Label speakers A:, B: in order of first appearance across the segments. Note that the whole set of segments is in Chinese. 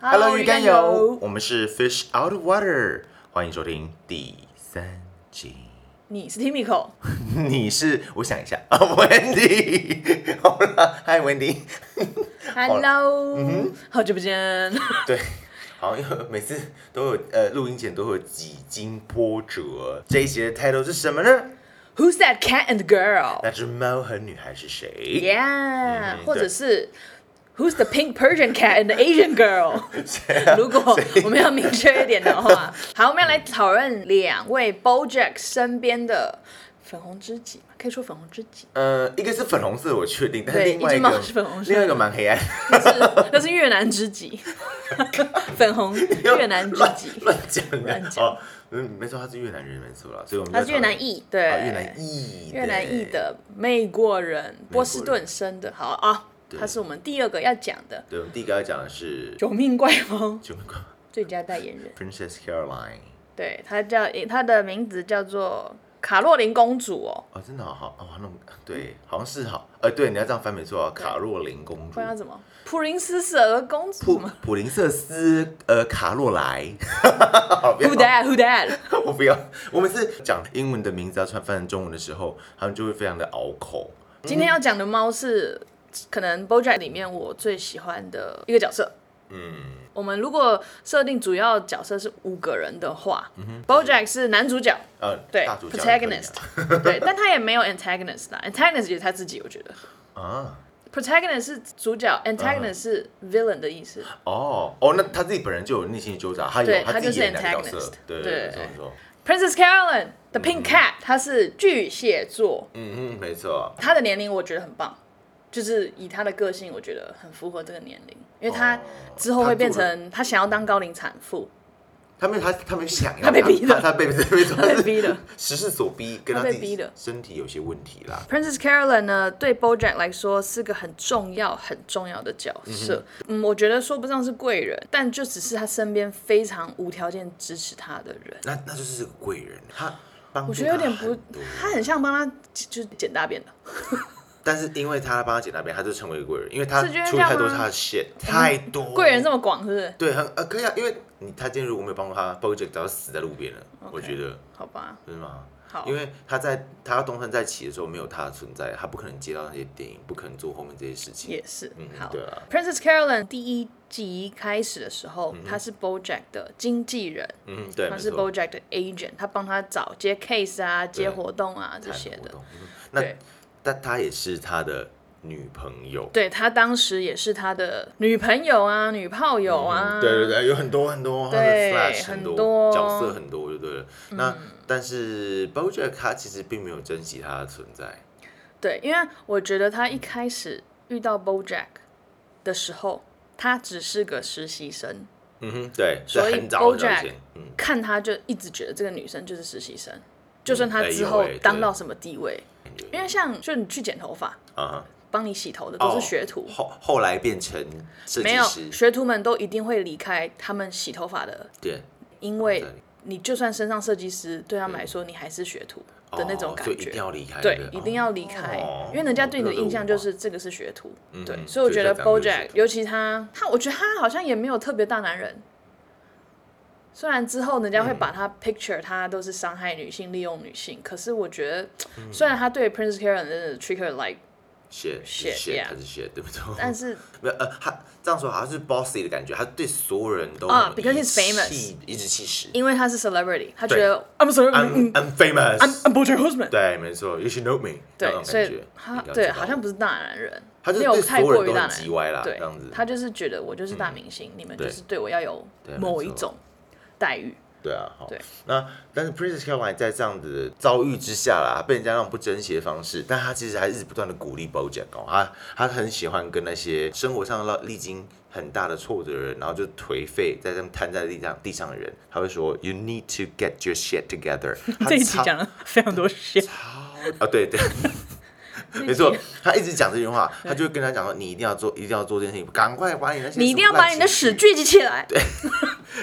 A: Hello，鱼
B: 干
A: 肝油，，我们是 Fish Out of Water，欢迎收听第三集。
B: 你是 Timiko，
A: 你是，我想一下 啊、w e n d y 好了，Hi Wendy，
B: Hello，、好
A: 嗯
B: 久不见。
A: 对，好像每次都有呃录音前都会有几经波折。这一集的 title 是什么呢？
B: Who's that cat and girl？Yeah，、
A: 那只猫和女孩是谁
B: Yeah，
A: 哎嗯，
B: 或者是 Who's the pink Persian cat and the Asian girl？如果我们要明确一点的话，好，我们要来讨论两位 BoJack 身边的粉红知己嘛，可以说粉红知己
A: 呃，一个是粉红色，我确定，但是
B: 对
A: 另外
B: 一
A: 一
B: 只猫
A: 个
B: 是粉红色
A: 另外一个蛮黑暗，
B: 那是那是越南知 己，粉红 越南知
A: 乱
B: 己，
A: 乱讲的
B: 乱。讲
A: 哦，嗯，没错，他是越南人，没错啦，所以我们
B: 他
A: 就是讨
B: 越
A: 论
B: 南裔，对，
A: 啊，越南裔，
B: 越南裔，的美国人，波士顿生的，好啊，
A: 对
B: 他是我们第二个要讲的
A: 对，我们第一个要讲的是
B: 《九命怪猫》
A: 九命怪
B: 最佳代言人，
A: Princess Caroline。
B: 对他叫他的名字叫做卡洛琳公主哦，
A: 哦，真的好好哦，那种对，好像是好，呃，对，你要这样翻没错啊，卡洛琳公
B: 不
A: 主
B: 然，要怎么？普林斯舍公主
A: 普
B: 吗
A: 普林瑟斯，呃，卡洛莱，
B: ？Who that? Who that?
A: 我不要，我每次讲英文的名字要穿翻成中文的时候，他们就会非常的拗口。
B: 今天要讲的猫是可能 BoJack 里面我最喜欢的一个角色。嗯，我们如果设定主要角色是五个人的话、b o j a c k 是男主角，
A: 呃，
B: 对
A: 大主角
B: ，protagonist，对，但他也没有 antagonist 啦，antagonist 也是他自己，我觉得
A: 啊，
B: protagonist 是主角，antagonist
A: 嗯
B: 是 villain 的意思。
A: 哦哦，那他自己本人就有内心纠杂，他
B: 对
A: 有
B: 他
A: 自己演
B: 就是
A: 两个角色
B: antagonist，，
A: 对
B: 对
A: 对，没错没错，
B: Princess Carolyn The Pink Cat，她是巨蟹座，
A: 嗯嗯嗯，没错，
B: 她的年龄我觉得很棒，就是以她的个性，我觉得很符合这个年龄，因为她
A: 哦
B: 之后会变
A: 她做了
B: 成她想要当高龄产 妇，
A: 他们他他们想要
B: 他被逼的
A: 他他被被被
B: 她被逼的。
A: 时势所逼，跟
B: 他
A: 他
B: 被
A: 自
B: 逼
A: 己
B: 的
A: 身体有些问题啦。
B: Princess Carolyn 呢，对 BoJack 来说是个很重要、很重要的角色。嗯我觉得说不上是贵人，但就只是他身边非常无条件支持他的人。
A: 那那就是个贵人，他帮助
B: 我觉得有点
A: 他
B: 不
A: 很多，
B: 他很像帮他就是捡大便的。
A: 但是因为他帮他捡那边，他就成为一个贵人，因为他
B: 是觉得
A: 出
B: 这样
A: 太多
B: 吗嗯
A: 他的 shit，太多
B: 贵人这么广，是不是？
A: 对，很呃可以啊，因为你他今天如果没有帮助他，Bojack 早就死在路边了。我觉得
B: 好吧，
A: 是吗？
B: 好
A: 因为他在他东山再起的时候没有他的存在，他不可能接到那些电影，不可能做后面这些事情。
B: 也是
A: 嗯
B: 好。
A: 对啊
B: Princess Carolyn 第一集开始的时候，他是 BoJack 的经纪人，
A: 嗯，对，
B: 他
A: 嗯没
B: 是
A: 错。
B: BoJack 的 agent，他帮他找接 case 啊、接活动啊这
A: 太
B: 些
A: 活
B: 的。
A: 动那
B: 对
A: 但他也是他的女朋友。
B: 对他当时也是他的女朋友啊、女炮友啊，
A: 嗯对对对，有很多很多，他的
B: 对
A: flash
B: 很
A: 多
B: 多嗯
A: 角色很多，就对了。那但是 BoJack 他其实并没有珍惜他的存在，
B: 对因为我觉得他一开始遇到 BoJack 的时候，他只是个实习生，
A: 嗯哼，对，在
B: 所以
A: 很早很早
B: BoJack
A: 以前，嗯，
B: 看他就一直觉得这个女生就是实习生，就算他
A: 哎
B: 之
A: 呦
B: 后
A: 喂
B: 当
A: 对
B: 到什么地位，因为像就你去剪头发，
A: 啊哈，
B: 帮你洗头的都
A: 哦
B: 是学徒。
A: 后后来变成设
B: 没
A: 计
B: 有
A: 师，
B: 学徒们都一定会离开他们洗头发的，
A: 对，
B: 因为
A: 对
B: 你就算身上设计师，对他们来说你还是学徒的那种
A: 哦
B: 感
A: 就一
B: 觉。
A: 定要离开，
B: 对
A: 不，
B: 一定要离开，
A: 哦
B: 因为人家对你的印象就
A: 这
B: 是这个是学徒。
A: 嗯
B: 对，
A: 嗯
B: 所以我
A: 所
B: 觉
A: 以他
B: 得
A: 讲的就是
B: BoJack，
A: 学徒
B: 尤其他，他我觉得他好像也没有特别大男人。虽然之后人家会把他 picture 他都是伤害女性、利用女性，可是我觉得，
A: 嗯
B: 虽然他对 Prince Karen 的 treat her like，
A: shit
B: shit，yeah
A: 还是 shit，对不对？
B: 但是
A: 没有呃，他这样说好像是 bossy 的感觉，他对所有人都
B: 啊
A: 很
B: ，because
A: 颐
B: he's famous
A: 气颐指气使
B: 因为他是 celebrity，他觉
A: 对
B: 得 I'm a celebrity，
A: ，I'm
B: 嗯
A: I'm famous，
B: ，I'm I'm BoJack Horseman。
A: 对，没错，You should know me，那
B: 对，
A: 种感
B: 所以
A: 觉
B: 他
A: 你了解
B: 对
A: 到
B: 好像不是大男人，
A: 他就
B: 没
A: 是
B: 有
A: 对
B: 太
A: 所
B: 过
A: 有人
B: 于
A: 都
B: 大
A: 很
B: 男
A: 叽
B: 人。
A: 歪啦，
B: 对
A: 这样子，，嗯
B: 他就是觉得我就是大明星，你们就是对我要有
A: 对
B: 某
A: 没
B: 一
A: 错
B: 种待遇。
A: 对啊，好
B: 对。
A: 那但是 Princess Caroline 在这样子的遭遇之下啦，被人家那种不珍惜的方式，但她其实还一直不断的鼓励 BoJack 哦，她她很喜欢跟那些生活上历历经很大的挫折的人，然后就颓废在这样瘫在地上地上的人，他会说 You need to get your shit together 她超。
B: 这一集讲了非常多事，
A: 啊，对 对。没错，他一直讲这句话，他就会跟他讲说：“你一定要做，一定要做这件事情，赶快把你那些
B: 你一定要把你的
A: 屎
B: 屎聚集起来。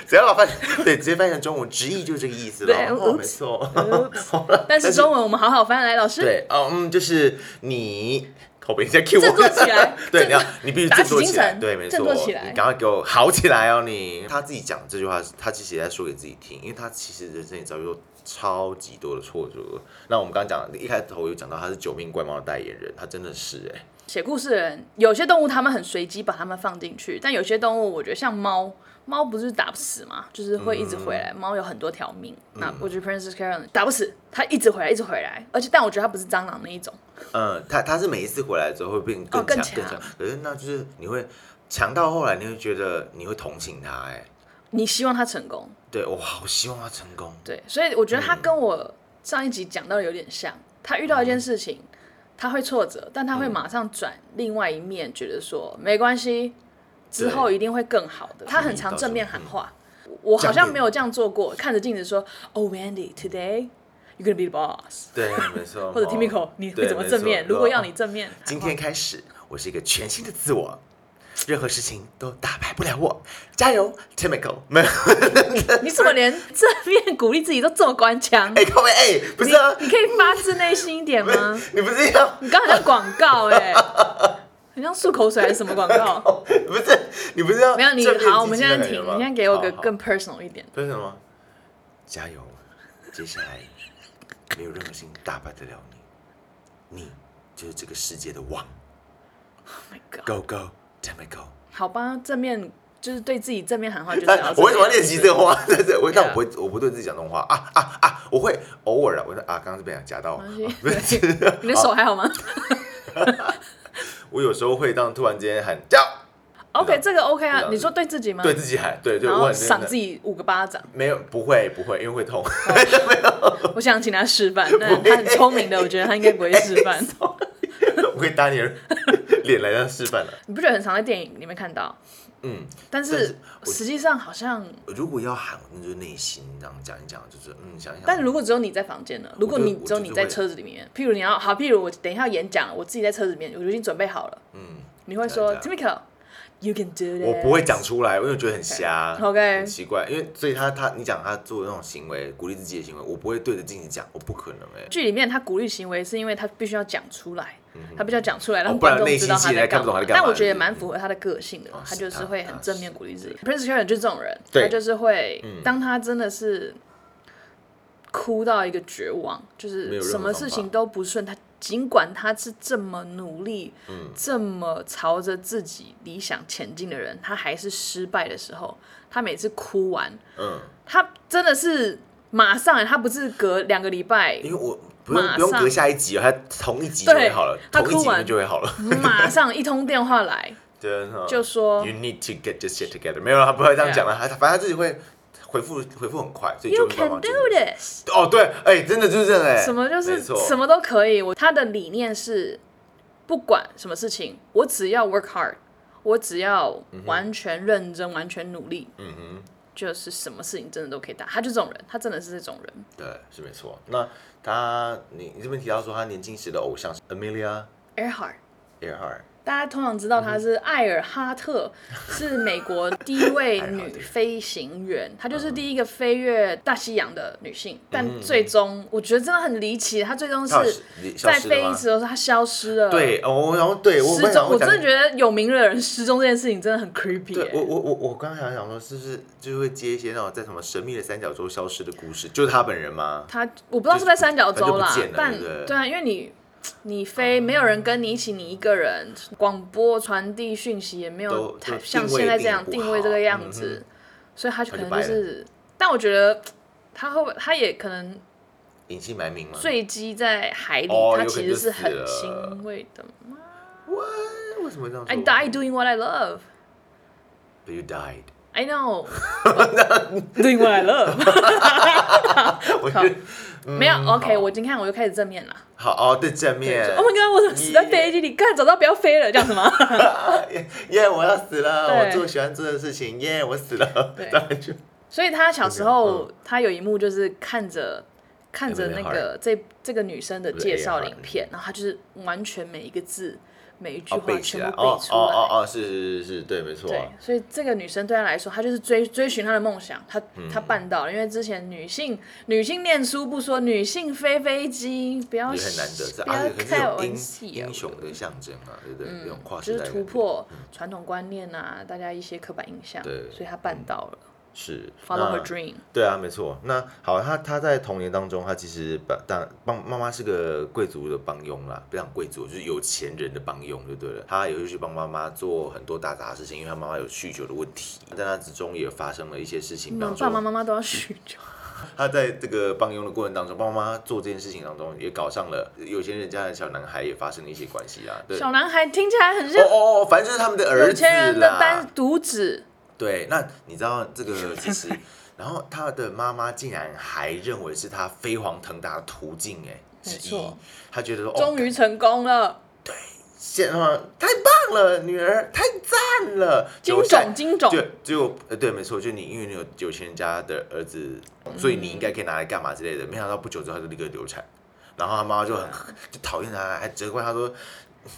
A: 只要把翻对直接翻译成中文，直译就是这个意思了。
B: 对
A: 哦，
B: oops
A: 没错。
B: 但是中文我们好好翻来，老师。
A: 对，哦嗯，就是你靠背，你在 Q 我，
B: 振作起来
A: 对，
B: 振作
A: 你要你必须振作
B: 打起
A: 起
B: 精
A: 来，
B: 神
A: 对，没错，
B: 振作起来
A: 你赶快给我好起来哦你！他自己讲这句话，他其实也在说给自己听，因为他其实人生也遭遇过超级多的挫折。那我们刚刚讲一开头有讲到他是九命怪猫的代言人，他真的是哎、
B: 写故事的人，有些动物他们很随机把它们放进去，但有些动物我觉得像猫，猫不是打不死嘛，就是会一直回
A: 嗯
B: 来。猫有很多条命，那我觉得 Princess Karen 打不死，它一直回来，一直回来。而且，但我觉得它不是蟑螂那一种，
A: 嗯，他他是每一次回来之后会变
B: 哦
A: 更
B: 更
A: 强、
B: 强
A: 更强，可是那就是你会强到后来，你会觉得你会同情他哎、
B: 你希望它成功，
A: 对我好希望他成功，
B: 对，所以我觉得
A: 嗯
B: 它跟我上一集讲到的有点像，他遇到一件事情，他会挫折，但他会
A: 嗯
B: 马上转另外一面，觉得说没关系，之后一定会更好的。他很常正面
A: 嗯
B: 喊话，我好像没有这样做过，看着镜子说，Oh Wendy, today you gonna be the boss，
A: 对，没 错，
B: 或者 Timiko，你会怎么正面？
A: 哦对没错哦
B: 如果要你正面，
A: 今天开始，我是一个全新的自我，任何事情都打败不了我，加油，Timiko！没有，
B: 喊话你怎么 连正面鼓励自己都这么官腔？
A: 哎、靠背，哎、不是啊，
B: 你可以发自内心一点吗？
A: 你不是要，
B: 你刚才像广告哎、很像漱口水还是什么广告？
A: 哦不是，你不是要
B: 没有你
A: 正面积极的
B: 好，我们现在
A: 感觉
B: 停，
A: 吗
B: 你现在给我个
A: 好好
B: 更 personal 一点。
A: 为什么？加油，接下来没有任何事情打败得了你，你就是这个世界的王
B: Oh my god，
A: ，Go Go，Timiko！
B: 好吧，正面就是对自己正面喊话，就是要
A: 但
B: 这
A: 我为什么要
B: 样
A: 练习这个话？ 对对，我
B: 对
A: 但我
B: 啊
A: 不会，我不对自己讲这种话啊啊啊！我会偶尔啊，我说啊，刚刚是被人家夹到，
B: 没
A: 不
B: 关系
A: 是。
B: 你的手还好吗
A: 我有时候会当突然间喊叫，
B: ？OK，这个 OK
A: 知
B: 啊
A: 道。
B: 你说对自己吗？
A: 对自己喊，对对，
B: 然
A: 我
B: 后
A: 很真
B: 赏
A: 的
B: 自己五个巴掌。
A: 没有不会不会，因为会痛。
B: 我想请他示范，但他很聪明的，我觉得他应该不会示范。
A: 我会打你的 脸来当示范了。
B: 你不觉得很常在电影里面看到？
A: 嗯，
B: 但
A: 但
B: 是
A: 是
B: 实际上好像，
A: 如果要喊，那就是内心这样讲一讲，就是嗯想一想。
B: 但如果只有你在房间呢？如果你只有你在车子里面，譬如你要好，譬如我等一下要演讲，我自己在车子里面，我就已经准备好了。
A: 嗯，
B: 你会说
A: 这
B: Timiko，you can do this。
A: 我不会讲出来，因为我觉得很瞎
B: OK
A: 很奇怪。因为所以他他你讲他做的那种行为，鼓励自己的行为，我不会对着镜子讲，我不可能哎、
B: 剧里面他鼓励行为，是因为他必须要讲出来，他必须要讲出来，
A: 哦
B: 让
A: 不然
B: 观众
A: 内
B: 知
A: 心
B: 道
A: 戏
B: 他
A: 里
B: 在
A: 面看
B: 干
A: 不懂
B: 嘛
A: 他在。干嘛
B: 但我觉得也
A: 嗯
B: 蛮符合他的个性的
A: 哦，
B: 他
A: 是
B: 就是
A: 他
B: 会
A: 他
B: 很正面
A: 是
B: 鼓励自己。Prince Karen 就是这种人，
A: 对嗯
B: 他就是会，当他真的是哭到一个绝望，就
A: 没
B: 是
A: 有任何
B: 什么事情都不顺，他尽管他是这么努力，
A: 嗯
B: 这么朝着自己理想前进的人，他还是失败的时候，他每次哭完，
A: 嗯，
B: 他真的是马上，他不是隔两个礼拜
A: 因为我不用
B: 马上
A: 不用隔下一集哦，他同一集就会好了
B: 对，他
A: 同一
B: 哭
A: 集里
B: 完
A: 面就会好了。
B: 马上一通电话 来，
A: 对，嗯
B: 就说
A: You need to get this shit together。没有，他不会这样
B: 对啊
A: 讲的，他反正他自己会回复回复很快，所以
B: You
A: 就会
B: can
A: 帮忙
B: do
A: 解决
B: this，
A: 哦，对，哎、真的就是这样哎、
B: 什么就是
A: 没错
B: 什么都可以。我他的理念是，不管什么事情，我只要 work hard，我只要完全认真、完全努力，嗯哼，就是什么事情真的都可以打。他就这种人，他真的是这种人。
A: 对，是没错。那他，你你这边提到说他年轻时的偶像是 Amelia
B: Earhart，
A: Earhart，
B: 大家通常知
A: 嗯
B: 道她是艾尔哈 特，是美国第一位
A: 艾尔哈
B: 女
A: 特
B: 飞行员，她
A: 嗯
B: 就是第一个飞越大西洋的女性。但最终，我觉得真的很离奇，她最终
A: 她有
B: 是
A: 离消
B: 在
A: 失了
B: 飞
A: 吗
B: 行时候她消失了，，
A: 对，哦，然后对我
B: 失踪。我
A: 刚
B: 真
A: 才
B: 的觉得有名的人失踪这件事情真的很 creepy
A: 对
B: 欸
A: 我我我我刚才想想说，是不是就会接一些那种在什么神秘的三角洲消失的故事？就是他本人吗？
B: 他我不知道是在三角洲啦
A: 他就不见，了
B: 但
A: 对不对
B: 对啊，因为你你飞没有人跟你一起，你一个人广播传递讯息也没
A: 都
B: 有
A: 就
B: 太像
A: 定位
B: 现在这样
A: 定不好嗯
B: 定位这个样子，所以他就可能就，
A: 他就是
B: 但我觉得他会不会他也可能
A: 隐姓埋名吗？
B: 坠机在海里，
A: 哦
B: 他其实是很
A: 有可能就死了
B: 欣慰的。
A: What？为什么会这样说
B: I die doing what I love.
A: But you died。
B: I know, doing what I love.
A: 我觉得
B: 没有 OK，
A: 嗯好
B: 我今天看我又开始正面了。
A: 好哦，对正面
B: 就 Oh my god，我怎么死在飞机里？干，早知道不要飞了，这样子吗？
A: 耶我要死了，
B: 对
A: 我做喜欢做的事情，耶、我死了，
B: 对
A: 当然就嗯
B: 所以他小时候，他有一幕就是看着看着那
A: Evelyn
B: 个这这个女生的
A: Evelyn
B: 介绍
A: Hart
B: 影片，然后她就是完全每一个字、每一句
A: 哦，
B: 话
A: 背起来
B: 全部
A: 哦
B: 背出
A: 哦哦
B: 来。
A: 哦，是是是是，对，没错啊、
B: 对，所以这个女生对她来说，她就是追追寻她的梦想，她
A: 嗯
B: 她办到了。因为之前女性女性念书不说，女性飞飞机，不要
A: 也很难得，这
B: 不要
A: 啊，可是
B: 太
A: 有
B: 文
A: 英
B: 戏哦
A: 英雄的象征啊，对不对？这种跨
B: 嗯就
A: 时代
B: 是
A: 的嗯
B: 突破传统观念啊，大家一些刻板印象，
A: 对
B: 所以她办到了
A: 是
B: ，follow
A: 那
B: her dream。
A: 对啊，没错。那好，他他在童年当中，他其实把当帮妈妈是个贵族的帮佣啦，不讲贵族，就是有钱人的帮佣就对了。他也会去帮妈妈做很多打杂的事情，因为他妈妈有酗酒的问题。在那之中也发生了一些事情，
B: 你
A: 比
B: 们
A: 方
B: 嗯爸爸
A: 说
B: 妈妈都要酗酒，
A: 他在这个帮佣的过程当中，帮妈妈做这件事情当中，也搞上了有钱人家的小男孩，也发生了一些关系啊。对，
B: 小
A: 哦
B: 男孩听起来很像
A: 哦哦，反正就是他们的
B: 有
A: 儿子
B: 钱人的
A: 啦
B: 单。独子，
A: 对，那你知道这个其实，然后他的妈妈竟然还认为是他飞黄腾达的途径哎
B: 没
A: 之一
B: 错，
A: 他觉得说
B: 终
A: 哦，
B: 于成功了，
A: 现在太棒了，女儿太赞了，结
B: 金
A: 果下
B: 种金种，
A: 就只有呃对，没错，就你因为你有有钱人家的儿子，所以你应该可以拿来干嘛之类的。没想到不久之后他就立刻流产，然后他妈妈就很就讨厌他，还责怪 他说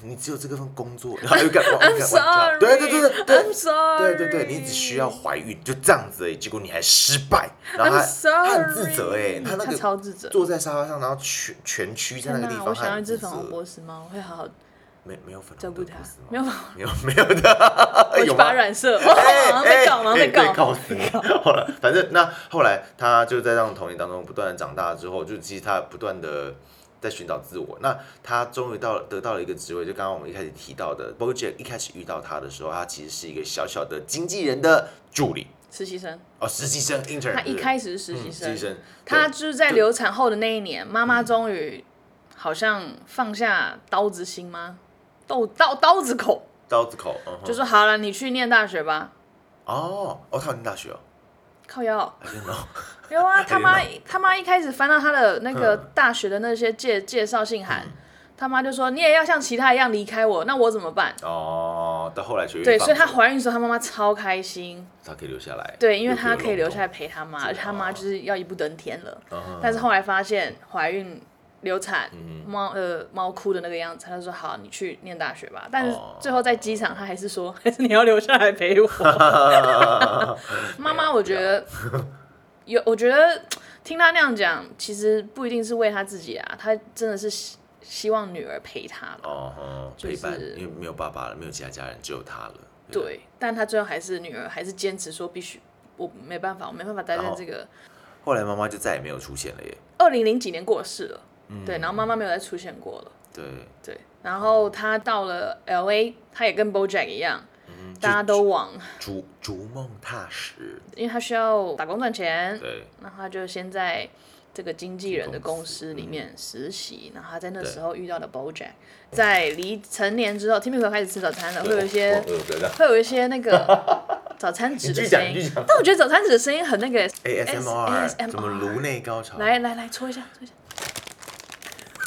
A: 你只有这个份工作，然后又干嘛
B: I'm
A: 干嘛？
B: sorry，
A: 对对对对对
B: I'm sorry，
A: 对对对，你只需要怀孕就这样子而已，哎结果你还失败，然后
B: I'm
A: 他他
B: sorry，
A: 很自责哎，他那个
B: 超自责。
A: 坐在沙发上，然后蜷蜷曲在那个地方，
B: 我
A: 他
B: 想要一
A: 很
B: 只
A: 自
B: 粉
A: 责。
B: 红波斯猫，我会好好
A: 没没有粉
B: 照
A: 红
B: 顾
A: 的
B: 它
A: 故事，
B: 啊没
A: 吗？
B: 有，
A: 啊没有没有的，
B: 我
A: 哎有
B: 去
A: 吗哎
B: 把它？染色，我 好像在搞，然后在
A: 告，
B: 搞，
A: 哎死你！ 好了，反正那后来他就在这样的童年当中不断的长大之后，就其实他不断的在寻找自我。那他终于到得到了一个职位，就刚刚我们一开始提到的 BoJack，一开始遇到他的时候，他其实是一个小小的经纪人的助理
B: 实习生，
A: 哦，实习生 intern。
B: 他一开始是实习
A: 嗯实习生，
B: 他
A: 对嗯
B: 就是在流产后的那一年，妈妈终于好像放下刀子心吗？刀刀刀子口，
A: 刀子口，嗯哼
B: 就说好了，你去念大学吧。
A: 哦哦，他有念大学哦，
B: 靠腰，
A: 还真 的哦
B: 有 啊，他妈
A: 还有
B: 他妈一开始翻到他的那个
A: 嗯
B: 大学的那些介介绍信函，他妈就说你也要像其他一样离开我，那我怎么办？
A: 哦，到后来学
B: 对，所以她怀孕的时候，她妈妈超开心，
A: 他可以留下来，
B: 对，因为
A: 有这
B: 她
A: 个
B: 可以留
A: 笼
B: 下
A: 统
B: 来陪她妈，而且她
A: 啊
B: 妈就是要一步登天了。
A: 嗯
B: 但是后来发现怀孕流产，猫呃猫哭的那个样子，他就说好，你去念大学吧。但是
A: 哦
B: 最后在机场，他还是说， 还是你要留下来陪 我。妈妈，我觉
A: 哎
B: 得有，我觉得听他那样讲，其实不一定是为他自己啊，他真的是希希望女儿陪他的。
A: 哦，哦
B: 就
A: 陪伴，
B: 是
A: 因为没有爸爸了，没有其他家人，只有他了。不，
B: 对，但他最后还是女儿还是坚持说必须，我没办法，我没办法待在
A: 然后
B: 这个。
A: 后来妈妈就再也没有出现了耶。
B: 二零零几年过世了，
A: 嗯
B: 对，然后妈妈没有再出现过了。
A: 对，
B: 对，然后他到了 L A，他也跟 BoJack 一样，
A: 嗯
B: 大家都往，
A: 逐逐梦踏实。
B: 因为他需要打工赚钱，
A: 对，
B: 那他就先在这个经纪人的公
A: 公
B: 司
A: 司
B: 里面实习，然后他在那
A: 对
B: 时候遇到的 BoJack，在离成年之后，Timmy 开始吃早餐了，会有一
A: 我
B: 些
A: 我不要这样。
B: 会有一些那 个早餐纸
A: 你继
B: 的
A: 续讲
B: 声
A: 你继
B: 音
A: 续讲，
B: 但我觉得早餐纸的声音很那个，ASMR
A: ASMR，怎么颅内高潮？
B: 来来来搓一下，搓一下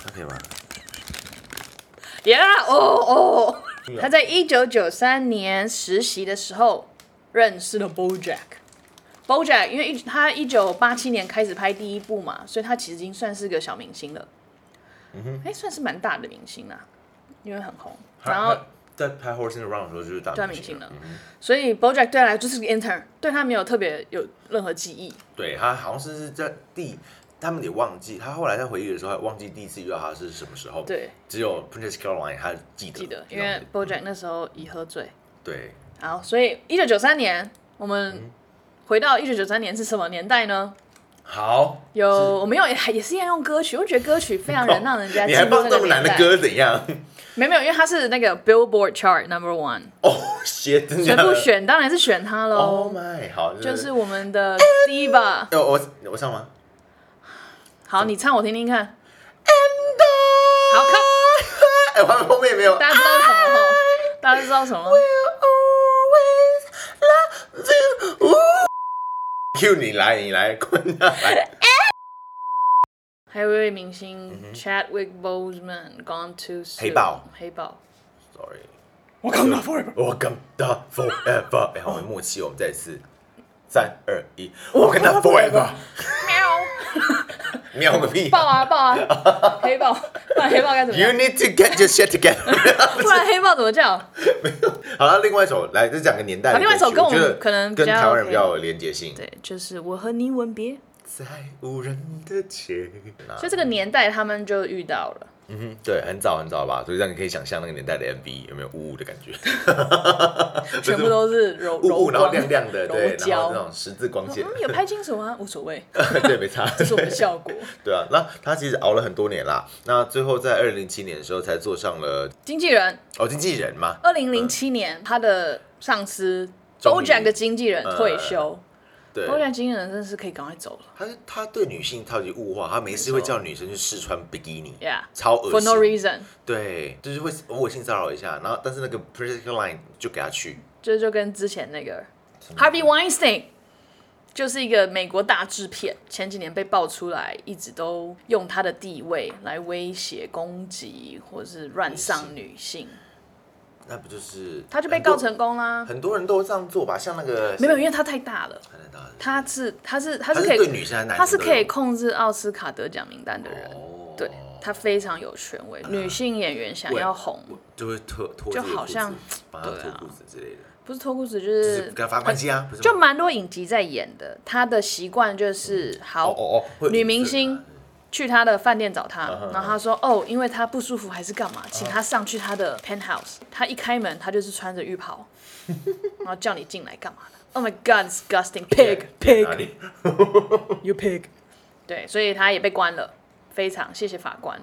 A: 那可以吗？
B: ，Yeah，哦哦，他在一九九三年实习的时候认识了 BoJack。BoJack，因为一他一九八七年开始拍第一部嘛，所以他其实已经算是个小明星了。嗯哼，哎，算是蛮大的明星啦，因为很红，然后
A: 他他在拍《Horse and Around》的时候就是大
B: 算
A: 明
B: 明星嗯了
A: 了。。
B: 所以 BoJack 对他来说就是个 intern，对他没有特别有任何记忆。
A: 对他好像是是在第，他们得忘记，他后来在回忆的时候，还忘记第一次遇到他是什么时候。，
B: 对，
A: 只有 Princess Caroline 他记得。
B: 记得，因为 BoJack 那时候已喝醉。
A: 对，
B: 好，所以一九九三年，我们回到一九九三年是什么年代呢？
A: 好，
B: 有，我们用也是一样用歌曲，我觉得歌曲非常能让人家
A: 哦你
B: 进入
A: 还
B: 那
A: 放
B: 个
A: 这么
B: 年
A: 难的
B: 代。
A: 歌怎样？
B: 没有没有，因为它是那个 Billboard Chart Number One，
A: 哦，鞋真的
B: 全
A: 假的
B: 部选当然是选它喽，
A: Oh my，好，
B: 就是我们的 Diva。
A: 哎，我我我上吗？
B: 好，你唱我听听看。
A: And
B: 好看，
A: 哎，我还没后面没有。
B: 大家知道什么吼？大家知道什么？
A: Q 你来，你来，滚下来！
B: 还有一位明星 Chadwick Boseman gone to
A: 嗯黑豹，
B: 黑豹。
A: Sorry，
B: 我
A: 我跟他 forever。哎，好，我们默契，我们再一次，三二一，我跟他 forever。
B: 喵。
A: 喵个屁、
B: 抱啊抱 啊，黑豹，不然黑豹该怎么
A: y o u
B: 样？
A: need to get your shit together
B: 不然黑豹怎么叫？
A: 好了，另外一首来，这讲个年代的
B: 好另外一首
A: 歌曲
B: 跟我
A: 我
B: 们
A: 觉得
B: 可能比
A: 跟
B: 较
A: 台湾人
B: OK
A: 比较有连结性。
B: 对，就是我和你吻别。
A: 在无人的街。
B: 所以这个年代他们就遇到了。
A: 嗯哼，对，很早很早吧，所以让你可以想象那个年代的 MV 有没有雾雾的 感觉，
B: 全部都是柔柔
A: 雾雾然后
B: 光
A: 亮亮的，对
B: 柔，
A: 然后
B: 焦
A: 那。种十字光线
B: 嗯，，有拍清楚吗？无所谓，
A: 对，没 差。
B: 这是我们的效果。
A: 对啊，那他其实熬了很多年啦，那最后在二零零七年的时候才坐上了
B: 经纪人，
A: 哦经纪人嘛，
B: 二零零七年他的上司
A: 嗯终于呃
B: BoJack 的经纪人退休
A: 对，
B: ，BoJack 经纪人真的是可以赶快走了
A: 他他对女性超级物化，他没事会叫女生去试穿比基尼，
B: ，Yeah。
A: 超恶
B: For
A: 心。
B: no reason，
A: 对，就是会我性骚扰一下，然后但是那个 p r i s c i l l Line 就给他去，
B: 这就跟之前那个 Harvey Weinstein，就是一个美国大制片，前几年被爆出来，一直都用他的地位来威胁、攻击或是乱上女性，
A: 那不就是
B: 他就被
A: 很多
B: 告成功啊啦。
A: 很多人都这样做吧，像那个
B: 没有，因为他太大了，
A: 看得到的
B: 他是他是他
A: 他
B: 是
A: 是
B: 可
A: 对
B: 以
A: 女生还是男生
B: 他是
A: 都
B: 可以
A: 有
B: 控制奥斯卡得奖名单的人，
A: 哦，嗯
B: 对他非常有权威。女性演员想
A: 喂
B: 要红，
A: 就会脱脱
B: 就
A: 自己的
B: 好
A: 裤
B: 像
A: 子帮他
B: 对
A: 脱
B: 啊
A: 裤子之类的，
B: 不是脱裤子就
A: 就是
B: 是
A: 跟他发关系啊，不是
B: 就
A: 吗
B: 蛮多影集在演的，他的习惯就是
A: 哦
B: 好
A: 哦哦会
B: 女
A: 影
B: 明
A: 射
B: 星
A: 他
B: 去他的饭店找他
A: 嗯，
B: 然后他说哦，因为他不舒服还是干嘛，请他上去他的 penthouse。他一开门，他就是穿着浴 袍，然后叫你进来干嘛的？Oh my god, disgusting pig,
A: 点哪
B: pig,
A: 里
B: you pig。对，所以他也被关了。非常谢谢法官，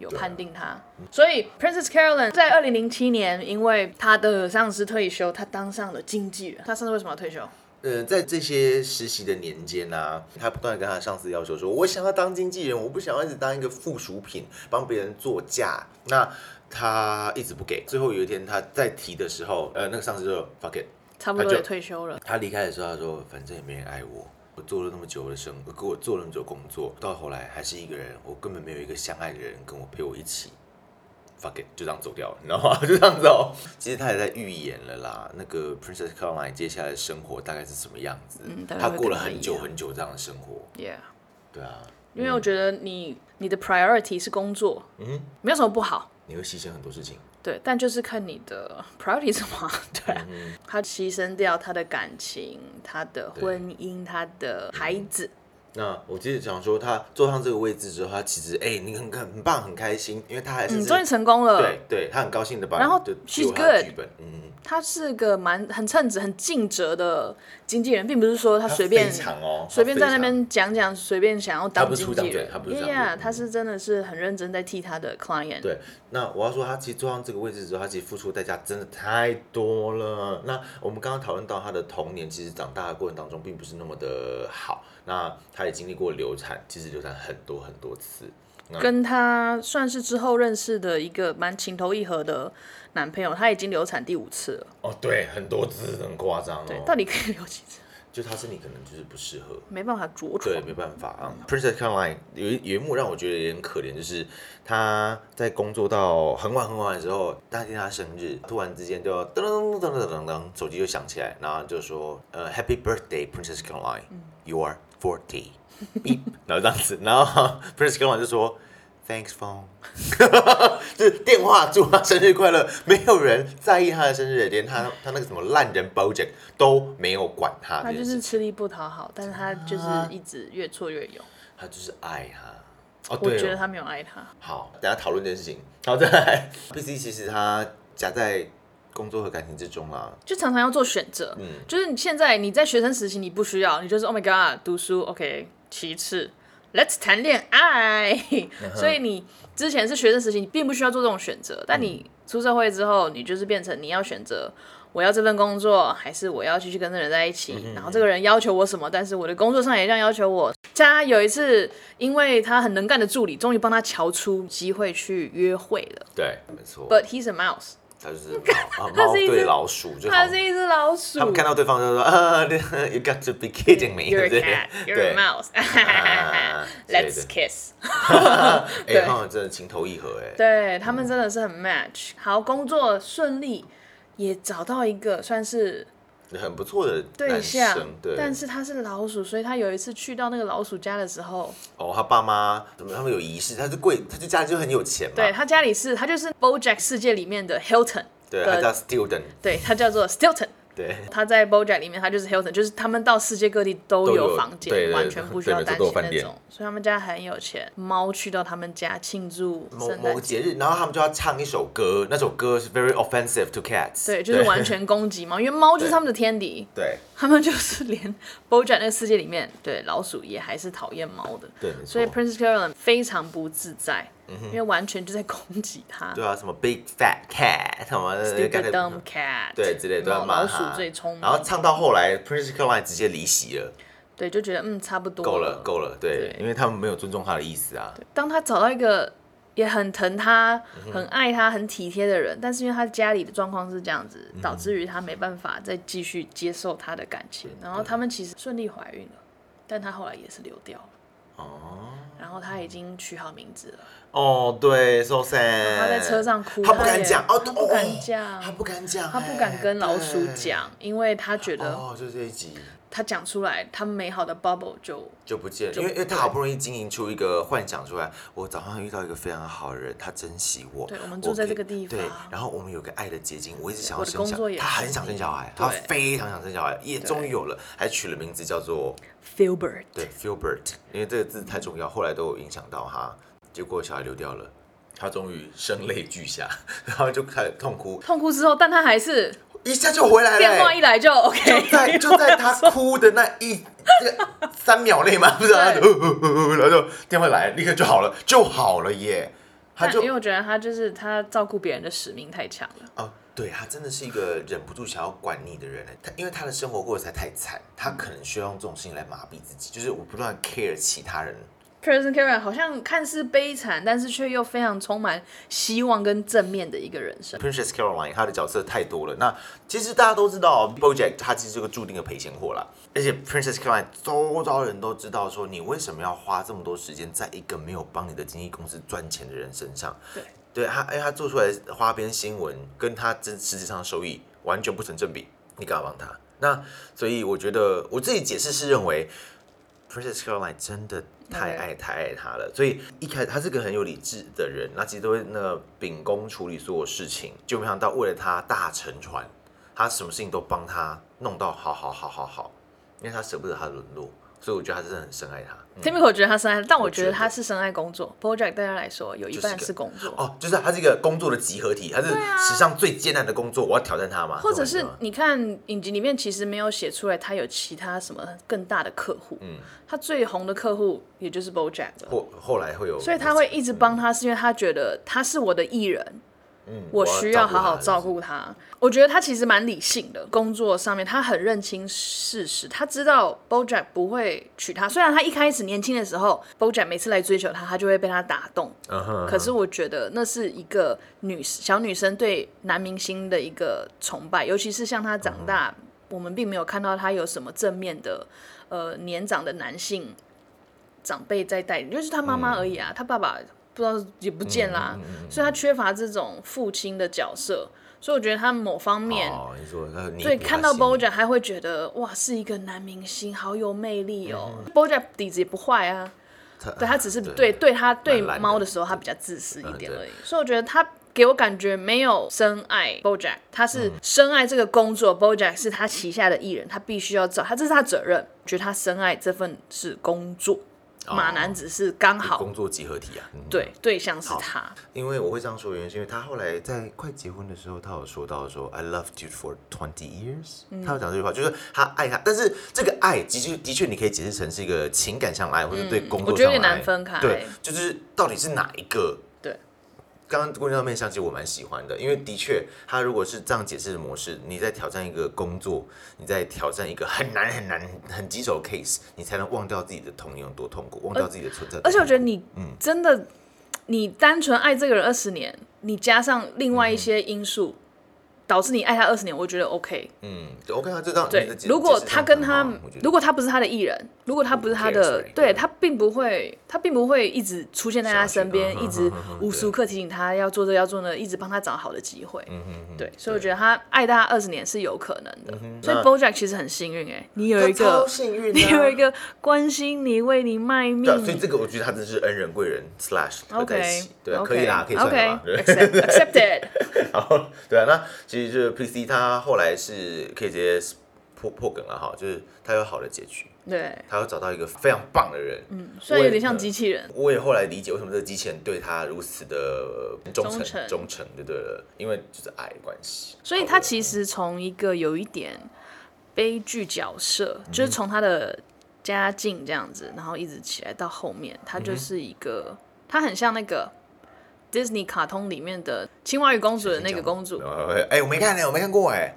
B: 有
A: 对啊
B: 判定他。所以 Princess Carolyn 在二零零七年，因为她的上司退休，她当上了经纪人。她上司为什么要退休？
A: 呃，在这些实习的年间啊，他不断地跟他上司要求说，我想要当经纪人，我不想要一直当一个附属品，帮别人做嫁。那他一直不给，最后有一天他在提的时候，呃，那个上司就说 fuck it，
B: 差不多
A: 她就
B: 也退休了。
A: 他离开的时候他说，反正也没人爱我。我做了那么久的生，给我做了那么久工作，到后来还是一个人，我根本没有一个相爱的人跟我陪我一起，fuck it，就这样走掉了，你知道吗？ 就这样走。其实他也在预言了啦，那个 Princess Caroline 接下来的生活大概是什么样子？
B: 嗯大概
A: 他
B: 会
A: 过了
B: 跟他
A: 很
B: 一
A: 久
B: 样
A: 很久这样的生活，
B: Yeah。
A: 对啊，
B: 因为我觉得你你的 priority 是工作，嗯，没有什么不好，
A: 你会牺牲很多事情，
B: 对，但就是看你的 priority 是什么，对啊、
A: 嗯
B: 他牺牲掉他的感情、他的婚姻、他的孩子，
A: 那我接着讲说，他坐上这个位置之后，他其实哎、你很很棒，很开心，因为他还是、
B: 嗯，终于成功了
A: 对。对，他很高兴的把
B: 然后
A: 就
B: she's
A: 丢他的
B: good
A: 剧本，嗯嗯。
B: 他是个蛮很称职、很尽责的经纪人，并不是说他随便
A: 他非常哦
B: 随便在
A: 他
B: 那
A: 非常
B: 边讲讲，随便想要
A: 他
B: 当
A: 不是
B: 经
A: 出
B: 纪
A: 张嘴
B: 人。
A: 他不是这
B: yeah,
A: 样
B: yeah, 他是真的是很认真在替他的 client。
A: 对，那我要说，他其实坐上这个位置之后，他其实付出的代价真的太多了。那我们刚刚讨论到他的童年，其实长大的过程当中并不是那么的好。那他也经历过流产，其实流产很多很多次。
B: 跟她算是之后认识的一个蛮情投意合的男朋友，他已经流产第五次了。
A: 哦，对，很多次，很夸张
B: 对，
A: 哦。
B: 到底可以流几次？
A: 就他身体可能就是不适合。
B: 没办法着
A: 对，
B: 床。
A: 没办法啊。Princess Caroline 有一有一幕让我觉得有点可怜，就是她在工作到很晚很晚的时候，那天她生日，突然之间就噔噔噔噔噔噔噔，手机就响起来，然后就说呃 Happy Birthday Princess
B: 嗯
A: Caroline，You are forty，beep，然后这样子，然后 Princess Caroline 就说 Thanks phone。就是电话祝他生日快乐，没有人在意他的生日，连他他那个什么烂人 BoJack 都没有啊管他
B: 他
A: 这件事情。
B: 就是吃力不讨好，但是他就是一直越挫越勇。
A: 他就是爱他。哦，
B: 我
A: 对哦
B: 觉得他没有爱他，
A: 好，等一下讨论这件事情。好，再来，P C 其实他夹在工作和感情之中啦。
B: 就常常要做选择。
A: 嗯
B: 就是你现在你在学生时期你不需要，你就是 Oh my God，读书 OK，其次。Let's 谈恋爱，
A: 嗯
B: 所以你之前是学生时期，你并不需要做这种选择。但
A: 嗯
B: 你出社会之后，你就是变成你要选择我要这份工作，还是我要继续跟这个人在一
A: 嗯
B: 起？然后这个人要求我什么，但是我的工作上也这样要求我。他有一次，因为他很能干的助理，终于帮他瞧出机会去约会了。
A: 对，没错。
B: But he's a mouse，
A: 他就是猫啊，
B: 它
A: 猫
B: 是一只
A: 对老鼠，就好
B: 他。是一只老鼠。
A: 他们看到对方 就说啊，You got to be kidding me，
B: You're a
A: 对不对
B: cat, you're
A: 对
B: a mouse.
A: 啊
B: Let's
A: 之
B: kiss.
A: 类的哎，他们真的情投意合哎。
B: 对他们真的是很 match。好，工作顺利，也找到一个算是
A: 很不错的
B: 对
A: 男
B: 象
A: 生，，对。
B: 但是他是老鼠，所以他有一次去到那个老鼠家的时候，
A: 哦，他爸妈怎么他们有仪式？他是贵，他就家里就很有钱嘛。
B: 对他家里是他就是 BoJack 世界里面的 Hilton，
A: 对，
B: 的
A: 他叫 Student，
B: 对他叫做 Stilton。
A: 对。
B: 他在 BoJack 里面，他就是 Hilton，就是他们到世界各地都
A: 都有
B: 有房间，
A: 对对对
B: 完全不需要
A: 对
B: 担
A: 都有
B: 心
A: 饭
B: 那
A: 店
B: 种。所以他们家很有钱。猫去到他们家庆祝
A: 某
B: 圣
A: 某
B: 诞
A: 个
B: 节，
A: 节日，然后他们就要唱一首歌，那首歌是 very offensive to cats。
B: 对，就是完全攻击猫，因为猫就是他们的天敌。
A: 对
B: 他们就是连 BoJack 那个世界里面，对老鼠也还是讨厌猫的。
A: 对，没
B: 所以
A: 错。嗯
B: Prince Carolyn 非常不自在，因为完全就在攻击他。
A: 对啊，什么 big fat cat 什么
B: Stupid
A: 刚才
B: dumb cat，
A: 嗯对之类都要
B: 老
A: 骂
B: 老
A: 他。
B: 鼠最聪明
A: 然，后唱到后来，Prince Caroline 直接离席了，
B: 对，就觉得嗯差不多
A: 够了，够了，对
B: 对，
A: 因为他们没有尊重他的意思啊。
B: 当他找到一个也很疼他、
A: 嗯
B: 很爱他、很体贴的人，但是因为他家里的状况是这样子，导致于他没办法再继续接受他的感
A: 嗯
B: 情。然后他们其实顺利怀孕了，但他后来也是流掉了。
A: 哦
B: 然后他已经取好名字了，
A: 哦，对，so sad。
B: 他在车上哭，
A: 他不
B: 也
A: 敢讲，
B: 他
A: 哦，对
B: 不敢
A: 哦
B: 讲，
A: 他不敢讲，
B: 他不敢跟
A: 哎
B: 老鼠
A: 对
B: 讲，因为他觉得
A: 哦，就这一集
B: 他讲出来，他美好的 bubble 就
A: 就不见了，
B: 就
A: 因为因为他好不容易经营出一个幻想出来，我早上遇到一个非常好的人，他珍惜我，
B: 对我们
A: 可以
B: 住在这个地方
A: 对，然后我们有个爱的结晶，我一直想要
B: 我的
A: 生
B: 工作
A: 小，
B: 也
A: 他很
B: 是
A: 想生小孩，
B: 对
A: 他非常想生小孩，也终于有了，还取了名字叫做
B: Filbert。
A: 对 Filbert，因为这个字太重要，后来都有影响到他，结果小孩流掉了。他终于声泪俱下， 然后就开始痛哭，
B: 痛哭之后，但他还是
A: 一下就回来了、欸
B: 电话一来就 OK，
A: 就 在就在他哭的那一这三秒内嘛，不是、啊，他就
B: 对
A: 呃呃呃呃然后就电话来，立刻就好了，就好了耶。他
B: 但
A: 就
B: 因为我觉得他就是他照顾别人的使命太强了。
A: 哦，对他真的是一个忍不住想要管你的人欸他因为他的生活过得实在太惨，他可能需要用这种事情来麻痹自己，就是我不断 care 其他人。
B: Person Karen 好像看似悲惨，但是却又非常充满希望跟正面的一个人生。
A: Princess Caroline 她的角色太多了。那其实大家都知道，BoJack 他其实是个注定的赔钱货啦。而且 Princess Caroline 周遭人都知道说，你为什么要花这么多时间在一个没有帮你的经纪公司赚钱的人身上？
B: 对，
A: 对他，哎，他做出来的花边新闻跟他真实际上的收益完全不成正比，你干嘛帮他？那所以我觉得我自己解释是认为，Princess Caroline 真的太爱太爱他了，所以一开始他是个很有理智的人，那其实都会那个秉公处理所有事情，就没想到为了他大沉船，他什么事情都帮他弄到好好好好好，因为他舍不得他的沦落，所以我觉得他真的很深爱他。嗯
B: Timmy 我觉得他深爱，但我觉
A: 我
B: 得
A: 觉得
B: 他是深爱工作。BoJack 对他来说有一半
A: 就是
B: 是工作，
A: 哦，就是他是一个工作的集合体，他是
B: 啊
A: 史上最艰难的工作，我要挑战他嘛？
B: 或者
A: 这
B: 是
A: 种感觉吗
B: 你看影集里面其实没有写出来他有其他什么更大的客户，嗯，他最红的客户也就是 BoJack 了。
A: 后后来会有，
B: 所以他会一直帮他，是因为他觉得他是我的艺人，
A: 嗯，
B: 我需要好好
A: 他
B: 照。顾他。我觉得他其实蛮理性的，工作上面他很认清事实，他知道 BoJack 不会娶她。虽然他一开始年轻的时候，BoJack 每次来追求他，他就会被他打动。
A: 嗯哼，
B: 可是我觉得那是一个女小女生对男明星的一个崇拜，尤其是像他长大，
A: 嗯
B: 我们并没有看到他有什么正面的，呃，年长的男性长辈在带领，就是他妈
A: 嗯
B: 妈而已啊，他爸爸不知道也不见啦、所以他缺乏这种父亲的角色，所以我觉得他某方面。
A: 哦，你说那你
B: 对，看到 BoJack
A: 讲，
B: 还会觉得哇，是一个男明星，好有魅力哦。BoJack
A: 嗯
B: 底子也不坏啊，对他只是对对他对
A: 啊懒的
B: 猫的时候，他比较自私一点
A: 嗯对
B: 而已。所以我觉得他给我感觉没有深爱 BoJack，他
A: 嗯
B: 是深爱这个工作。BoJack 是他旗下的艺人，他必须要找他，这是他责任。觉得他深爱这份是工作，马男只是刚好
A: 哦工作集合体啊，嗯，
B: 对对象是他。
A: 因为我会这样说，原因是因为他后来在快结婚的时候，他有说到说 I loved you for twenty years，、他
B: 嗯
A: 有讲这句话，就是他爱他，但是这个爱的确的确你可以解释成是一个情感上的爱，或者对工
B: 嗯我
A: 作
B: 觉得
A: 上
B: 有
A: 的
B: 点
A: 爱，
B: 难分开
A: 对，就是到底是哪一个
B: 对，
A: 刚刚姑娘面相，其实我蛮喜欢的，因为的确，他如果是这样解释的模式，你在挑战一个工作，你在挑战一个很难很难很棘手的 case，你才能忘掉自己的童年有多痛苦，忘掉自己的存在。
B: 呃而且我觉得你
A: 嗯
B: 真的，你单纯爱这个人二十年，你加上另
A: 嗯
B: 外一些因素，导致你爱他二十年，我觉得 OK。
A: 嗯对，OK，他知道你
B: 对
A: 的，解
B: 如果
A: 解释
B: 他
A: 上
B: 跟
A: 很好
B: 他
A: 我觉，得
B: 如果他不是他的艺人，如果他不是他
A: Who
B: 的
A: cares, right？，
B: 对他并不会，他并不会一直出现在他身边，
A: 想去
B: 一直
A: 嗯哼哼
B: 无时无刻提醒他要做这要做那，一直帮他找好的机会。
A: 嗯哼哼
B: 对，所以我觉得他爱大二十年是有可能的。所以
A: 那
B: BoJack 其实很幸运哎、你有
A: 他
B: 一个
A: 超，幸运、啊，
B: 你有一个关心你、为你卖命
A: 对啊，所以这个我觉得他真是恩人贵人 slash 合在一
B: OK，
A: 起，对啊，可以啦，可以算了吧。对
B: OK，accept accepted。
A: 然后对啊，那其实就是 PC 他后来是可以直接破破梗了哈，就是他有好的结局，
B: 对，
A: 他有找到一个非常棒的人。嗯，
B: 虽然有点像机器人，
A: 我也后来理解为什么这个机器人对他如此的忠诚
B: 忠诚
A: 忠诚就对了，因为就是爱的关系。
B: 所以他其实从一个有一点悲剧角色，
A: 嗯
B: 就是从他的家境这样子，然后一直起来到后面，他
A: 嗯
B: 就是一个，他很像那个 Disney 卡通里面的青蛙与公主的那个公主。
A: 哎、我没看呢、我没看过哎、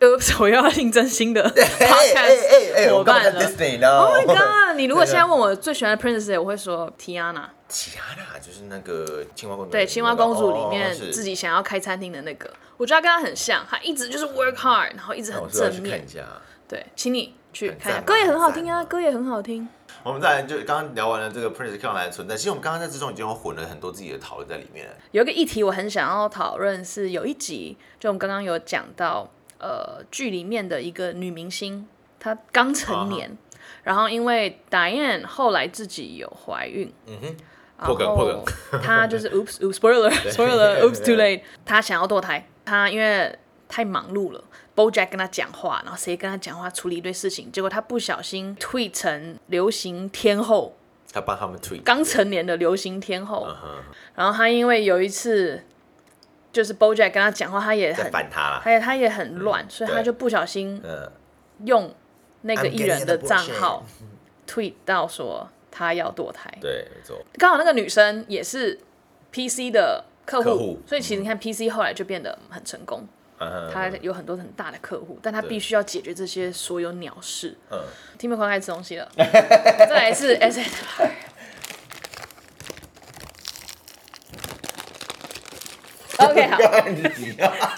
B: 呃， 我又要应征新的
A: 哎哎
B: podcast
A: 哎哎，
B: 伙
A: 我
B: 伴
A: 看
B: 了。
A: Disney 呢。
B: Oh my god！你如果现在问我最喜欢的 princess，谁我会说 Tiana，
A: 奇亚娜啊就是那个青蛙公主，
B: 对，青蛙公主里面
A: 嗯哦是
B: 自己想要开餐厅的那个，我觉得她跟她很像，她一直就是 work hard，然后一直
A: 那
B: 很
A: 哦我是要去
B: 正面
A: 看一。下。
B: 对，请你去
A: 很
B: 看一下，
A: 赞啊
B: 歌也很好
A: 很
B: 听
A: 赞
B: 啊，
A: 啊
B: 歌也很好听。
A: 我们再来就刚刚聊完了这个 Prince 克朗莱的存在，其实我们刚刚在这中已经有混了很多自己的讨论在里面了。
B: 有一个议题我很想要讨论是，有一集就我们刚刚有讲到，呃，剧里面的一个女明星，她刚成年，
A: 啊
B: 然后因为 Diane 后来自己有怀孕，
A: 嗯哼，
B: 然
A: 破梗破
B: 后
A: 梗
B: 她 就是 oops oops spoiler spoiler oops too late，她想要堕胎，她因为太忙碌了。BoJack 跟她讲话，然后谁跟她讲话，处理一堆事情，结果她不小心 tweet 成流行天后，
A: 他帮他们 tweet，
B: 刚成年的流行天后，
A: 嗯哼，
B: 然后他因为有一次，就是 BoJack 跟他讲话，他也
A: 在
B: 很，
A: 烦他啦。
B: 他也他也很乱，所以他
A: 对
B: 就不小心
A: 嗯，
B: 用那个
A: I'm
B: 艺人
A: getting
B: 的
A: an abortion
B: 账号 tweet 到说他要堕胎。
A: 对，没 错，
B: 刚好那个女生也是 PC 的客户，
A: 客户
B: 所以其实你看 PC 后来就变得很成功，
A: 嗯
B: 他
A: 哼，
B: 有很多很大的客户，但他
A: 对
B: 必须要解决这些所有鸟事。
A: 嗯，
B: 听不快开始吃东 西了，再来一次 S S。OK，好，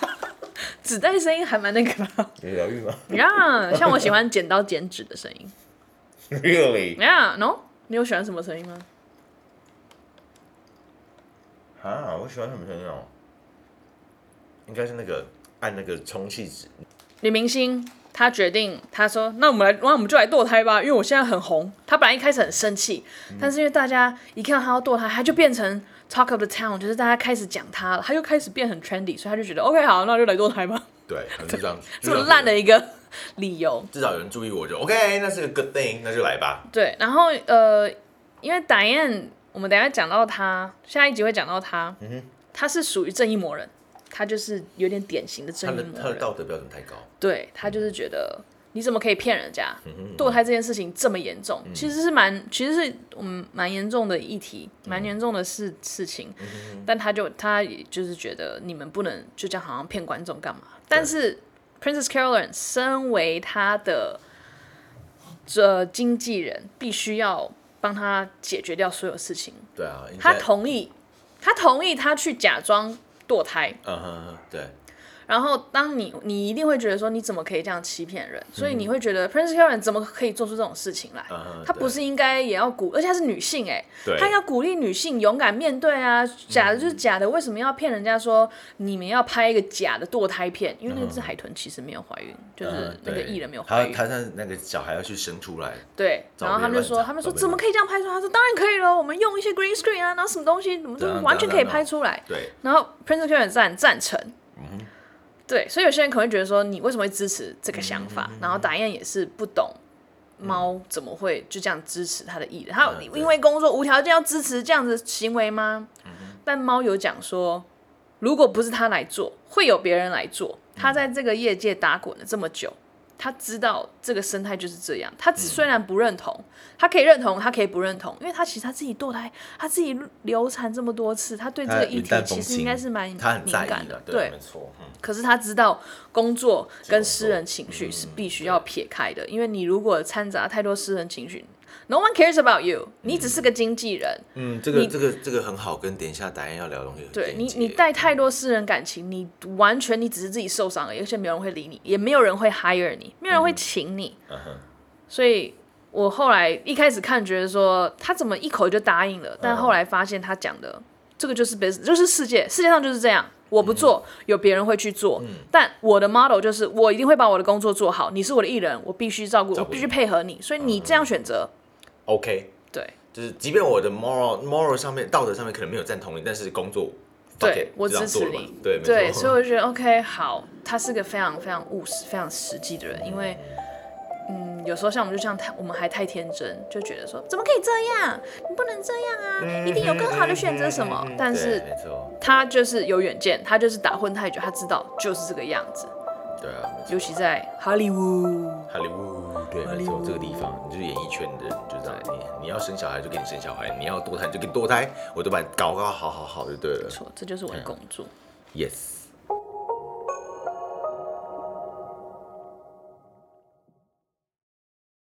B: 纸袋声音还蛮那 个的。
A: 有疗愈吗
B: Yeah，像我喜欢剪刀剪纸的声音。
A: ？Really？
B: Yeah，no，你有喜欢什么声音吗？
A: 啊，我喜欢什么声音哦？应该是那个按那个充气纸，
B: 女明星她决定，她说：“那我们来，那我们就来堕胎吧，因为我现在很红。”她本来一开始很生气，
A: 嗯
B: 但是因为大家一看到她要堕胎，她就变成 talk of the town，就是大家开始讲她了，她就开始变很 trendy，所以她就觉得哦 OK，好，那就来堕胎吧。
A: 对，可能就这样，
B: 这么烂
A: 的，
B: 的一 个理由。
A: 至少有人注意我就 OK，那是个 good thing，那就来吧。
B: 对，然后呃，因为 Diane，我们等一下讲到她，下一集会讲到她，嗯、她是属于正义魔人，她就是有点典型的
A: 他
B: 正义
A: 的
B: 魔
A: 他的
B: 人，
A: 道德标准太高，
B: 对她就是觉得。你怎么可以骗人家？堕胎这件事情这么严重，其实是蛮，其实是嗯蛮严重的议题，蛮严重的事事情。但他就他也就是觉得你们不能就这样好像骗观众干嘛？但是 Princess Caroline 身为他的这经纪人必须要帮他解决掉所有事情。
A: 对啊，应
B: 他
A: 该，
B: 同意，他同意他去假装堕胎。
A: 嗯哼，对，
B: 然后，当你你一定会觉得说，你怎么可以这样欺骗人？所以你会觉得 Prince Karen 怎么可以做出这种事情来？
A: 嗯
B: 她不是应该也要鼓，而且她是女性哎、
A: 对
B: 她要鼓励女性勇敢面对啊，假的就是假的，为什么要骗人家说你们要拍一个假的堕胎片？因为那只海豚其实没有怀孕，就是
A: 嗯
B: 那个
A: 对
B: 艺人没有
A: 他
B: 怀孕，
A: 他他那个小孩要去生出来，
B: 对。
A: 找
B: 然后他们就说，
A: 别人乱讲
B: 他们说
A: 找别人
B: 怎么可以这样拍出来？他说当然可以了，我们用一些 green screen 啊，然后什么东西，我们都
A: 怎样
B: 完全可
A: 怎样
B: 以
A: 怎样
B: 拍出来。
A: 对，
B: 然后 Prince Karen 赞赞成，
A: 嗯
B: 对，所以有些人可能会觉得说，你为什么会支持这个想法？
A: 嗯
B: 然后达燕也是不懂猫怎么会就这样支持他的艺人，他有
A: 嗯对嗯
B: 因为工作无条件要支持这样的行为吗？但猫有讲说，如果不是他来做，会有别人来做。
A: 嗯
B: 他在这个业界打滚了这么久。他知道这个生态就是这样，他只
A: 嗯
B: 虽然不认同，他可以认同，他可以不认同，因为他其实他自己堕胎，他自己流产这么多次，他对这
A: 他
B: 个议
A: 云
B: 题
A: 淡风
B: 其实
A: 轻
B: 应该是蛮
A: 他很
B: 敏
A: 在
B: 感
A: 意的，
B: 嗯对
A: 没。错，嗯，
B: 可是他知道工作跟私人情绪是必须要撇开的，因为你如果掺杂太多私人情绪，No one cares about you，你只是个经纪人，
A: 嗯，这个这个这个很好，跟等一下答案要聊的东西有
B: 对
A: 连
B: 你
A: 结
B: 你带太多私人感情，你完全你只是自己受
A: 嗯
B: 伤而已，而且没有人会理你，也没有人会 hire 你，没有人会请你，
A: 嗯哼
B: 所以。我后来一开始看，觉得说他怎么一口就答应了，
A: 嗯
B: 但后来发现他讲的这个就是 business，就是世界，世界上就是这样。我不做，
A: 嗯
B: 有别人会去做。但我的 model 就是，我一定会把我的工作做好。你是我的艺人，我必须照顾，
A: 照
B: 我
A: 顾
B: 必
A: 你嗯
B: 须配合你。所以你这样选择，
A: OK，
B: 对
A: 就是即便我的 moral moral 上面道德上面可能没有赞同你，但是工作 fuck
B: 对
A: it，，
B: 我
A: 就这
B: 支
A: 样做
B: 持
A: 了嘛
B: 你。
A: 对，没
B: 对，
A: 错
B: 所以 我就觉得 OK，好，他是个非常非常务实、非常实际的人，因为。嗯，有时候像我们就像太，我们还太天真，就觉得说怎么可以这样？你不能这样啊！一定有更好的选择什么
A: 嗯嗯嗯嗯？
B: 但是
A: 对没错，
B: 他就是有远见，他就是打混太久，他知道就是这个样子。
A: 对啊，没错
B: 尤其在好莱坞，
A: 好莱坞，对，没错，这个地方你就是演艺圈的人，你就这样，你你要生小孩就给你生小孩，你要堕胎就给你堕胎，我都把你搞搞好好好就对了
B: 没。错，这就是我的工作。
A: Yes。